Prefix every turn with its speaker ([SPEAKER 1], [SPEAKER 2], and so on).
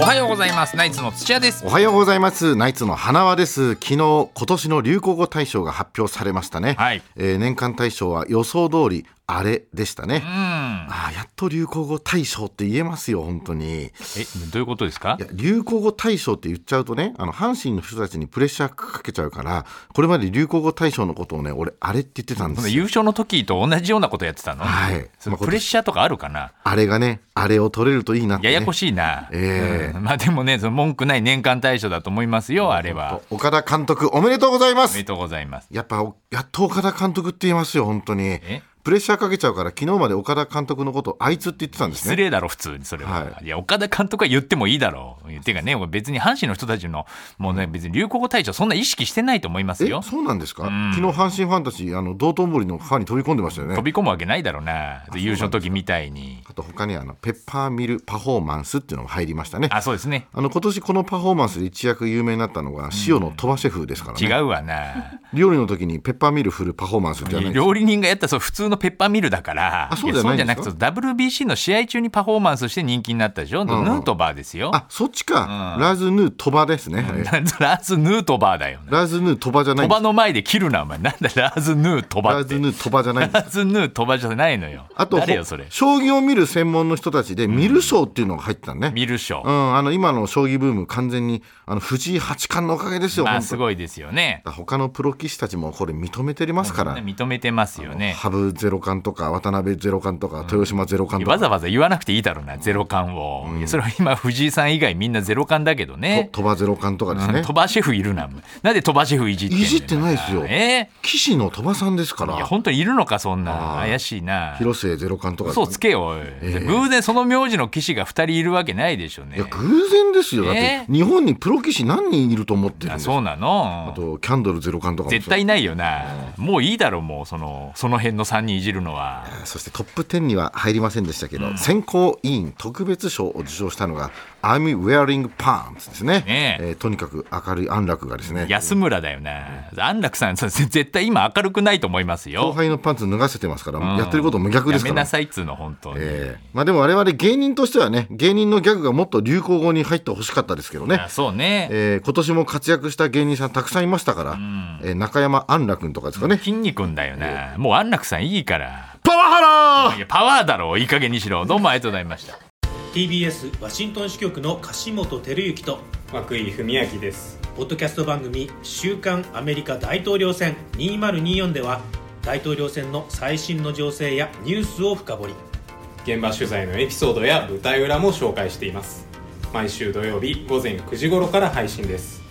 [SPEAKER 1] おはようございますナイツの土屋です
[SPEAKER 2] おはようございますナイツの花輪です昨日今年の流行語大賞が発表されましたね、
[SPEAKER 1] はい
[SPEAKER 2] えー年間大賞は予想通りあれでしたね、
[SPEAKER 1] うんえ
[SPEAKER 2] あーやっと流行語大賞って言えますよ本当に
[SPEAKER 1] どういうことですか
[SPEAKER 2] いや流行語大賞って言っちゃうとねあの阪神の人たちにプレッシャーかけちゃうからこれまで流行語大賞のことをね俺あれって言ってたんで
[SPEAKER 1] その
[SPEAKER 2] すよ
[SPEAKER 1] 優勝の時と同じようなことやってたの,、
[SPEAKER 2] はい
[SPEAKER 1] そのプレッシャーとかあるかな
[SPEAKER 2] あれがねあれを取れるといいなって、
[SPEAKER 1] や
[SPEAKER 2] ね、
[SPEAKER 1] やこしいな、
[SPEAKER 2] ええ
[SPEAKER 1] うんまあでもねその文句ない年間大賞だと思いますよあれは
[SPEAKER 2] 岡田監督おめでとうございま
[SPEAKER 1] おめ
[SPEAKER 2] す
[SPEAKER 1] でとうございます
[SPEAKER 2] やっぱおやっと岡田監督って言いますよ本当に
[SPEAKER 1] え
[SPEAKER 2] プレッシャーかけちゃうから昨日まで岡田監督のことあいつって言ってたんです
[SPEAKER 1] 失
[SPEAKER 2] ね
[SPEAKER 1] 礼だろ普通にそれは、、
[SPEAKER 2] はい
[SPEAKER 1] や岡田監督は言ってもいいだろうてかね別に阪神の人たちのもうね別に流行語大賞そんな意識してないと思います
[SPEAKER 2] え
[SPEAKER 1] よ
[SPEAKER 2] そうなんですか、
[SPEAKER 1] ん
[SPEAKER 2] 昨日阪神ファンたちあの道頓堀のファンに飛び込んでましたよね
[SPEAKER 1] 飛び込むわけないだろうな優勝の時みたいに
[SPEAKER 2] あと他にあのペッパーミルパフォーマンスっていうのも入りましたね
[SPEAKER 1] あそうですね
[SPEAKER 2] あの今年このパフォーマンスで一躍有名になったのが塩野鳥羽シェフですから
[SPEAKER 1] 違
[SPEAKER 2] ね、
[SPEAKER 1] うわな
[SPEAKER 2] 料理の時にペッパーミル振るパフォーマンスじゃないです
[SPEAKER 1] 料理人がやったらそう普通のペッパーミルだから
[SPEAKER 2] あそうじゃないんですか
[SPEAKER 1] やそうじゃなくて WBC の試合中にパフォーマンスして人気になったでしょ、
[SPEAKER 2] んうん
[SPEAKER 1] ヌートバーですよ
[SPEAKER 2] あそっちか、ラズヌー鳥羽ですね、はい
[SPEAKER 1] ラーズ・ヌートバーだよな
[SPEAKER 2] ラズヌー鳥羽じゃな
[SPEAKER 1] 鳥
[SPEAKER 2] いんで
[SPEAKER 1] 羽
[SPEAKER 2] す
[SPEAKER 1] の前で切るなお前なんだラーズ・ヌートバ
[SPEAKER 2] ラ
[SPEAKER 1] ーって
[SPEAKER 2] ズヌー鳥羽じゃないんです
[SPEAKER 1] ラーズ・ヌートバーじゃないのよ
[SPEAKER 2] あと
[SPEAKER 1] 誰よそれ
[SPEAKER 2] 将棋を見る専門の人たちで見る賞っていうのが入ってたね、
[SPEAKER 1] 見る賞
[SPEAKER 2] うん、あの今の将棋ブーム完全にあの藤井八冠のおかげですよ、
[SPEAKER 1] まあ
[SPEAKER 2] 本当
[SPEAKER 1] すごいですよね。
[SPEAKER 2] 他のプロ棋士たちもこれ認めてますから、
[SPEAKER 1] 認めてますよね。
[SPEAKER 2] 羽生ゼロ冠とか渡辺ゼロ冠とか豊島ゼロ冠と
[SPEAKER 1] わ
[SPEAKER 2] か、
[SPEAKER 1] ざわざ言わなくていいだろうな、ゼロ感を。いやそれは今、藤井さん以外みんなゼロ感だけどね
[SPEAKER 2] と。鳥羽ゼロ冠とかですね、
[SPEAKER 1] 鳥羽シェフいるな。なんで鳥羽シェフいじってんの
[SPEAKER 2] いじってないですよ
[SPEAKER 1] え
[SPEAKER 2] 棋士の鳥羽さんですか
[SPEAKER 1] ーいや、
[SPEAKER 2] ら
[SPEAKER 1] 本当にいるのか、そんな。
[SPEAKER 2] あー
[SPEAKER 1] 怪しいな。
[SPEAKER 2] 広末ゼロ冠とか
[SPEAKER 1] 嘘をつけよ、おい偶然その名字の棋士が2人いるわけないでしょう
[SPEAKER 2] い
[SPEAKER 1] ね
[SPEAKER 2] や。偶然ですよだっ
[SPEAKER 1] え
[SPEAKER 2] て日本にプロ棋士何人いると思ってるん
[SPEAKER 1] あ
[SPEAKER 2] です
[SPEAKER 1] そうな
[SPEAKER 2] あ
[SPEAKER 1] の
[SPEAKER 2] とキャンドルゼロ冠とかも
[SPEAKER 1] 絶対ないよな。もういいだろう、もう、その、その辺の3人いじるのは。
[SPEAKER 2] そしてトップ10には入りませんでしたけど、選考委員特別賞を受賞したのが「I'm Wearing Pants」ですね
[SPEAKER 1] ねえ
[SPEAKER 2] えーとにかく明るい安楽がですね
[SPEAKER 1] 安村だよな安楽さんそう絶対今明るくないと思います
[SPEAKER 2] 後
[SPEAKER 1] よ
[SPEAKER 2] 輩のパンツ脱がせてますから、
[SPEAKER 1] ん
[SPEAKER 2] やってることも逆で
[SPEAKER 1] や
[SPEAKER 2] す
[SPEAKER 1] め
[SPEAKER 2] か
[SPEAKER 1] な
[SPEAKER 2] ら。
[SPEAKER 1] さいっつうの本当に、
[SPEAKER 2] ええまあでも我々芸人としてはね芸人のギャグがもっと流行語に入ってほしかったですけどね
[SPEAKER 1] あ、そうね、
[SPEAKER 2] えー今年も活躍した芸人さんたくさんいましたから、えー中山安楽君とかですかね、
[SPEAKER 1] 筋肉んだよな、もう安楽さんいいから
[SPEAKER 2] パワハ
[SPEAKER 1] いやパワーだろいい加減にしろどうもありがとうございました
[SPEAKER 3] TBS ワシントン支局の樫本照之と
[SPEAKER 4] 和久井文明です
[SPEAKER 3] ポッドキャスト番組「週刊アメリカ大統領選2024」では大統領選の最新の情勢やニュースを深掘り
[SPEAKER 4] 現場取材のエピソードや舞台裏も紹介しています毎週土曜日午前9時頃から配信です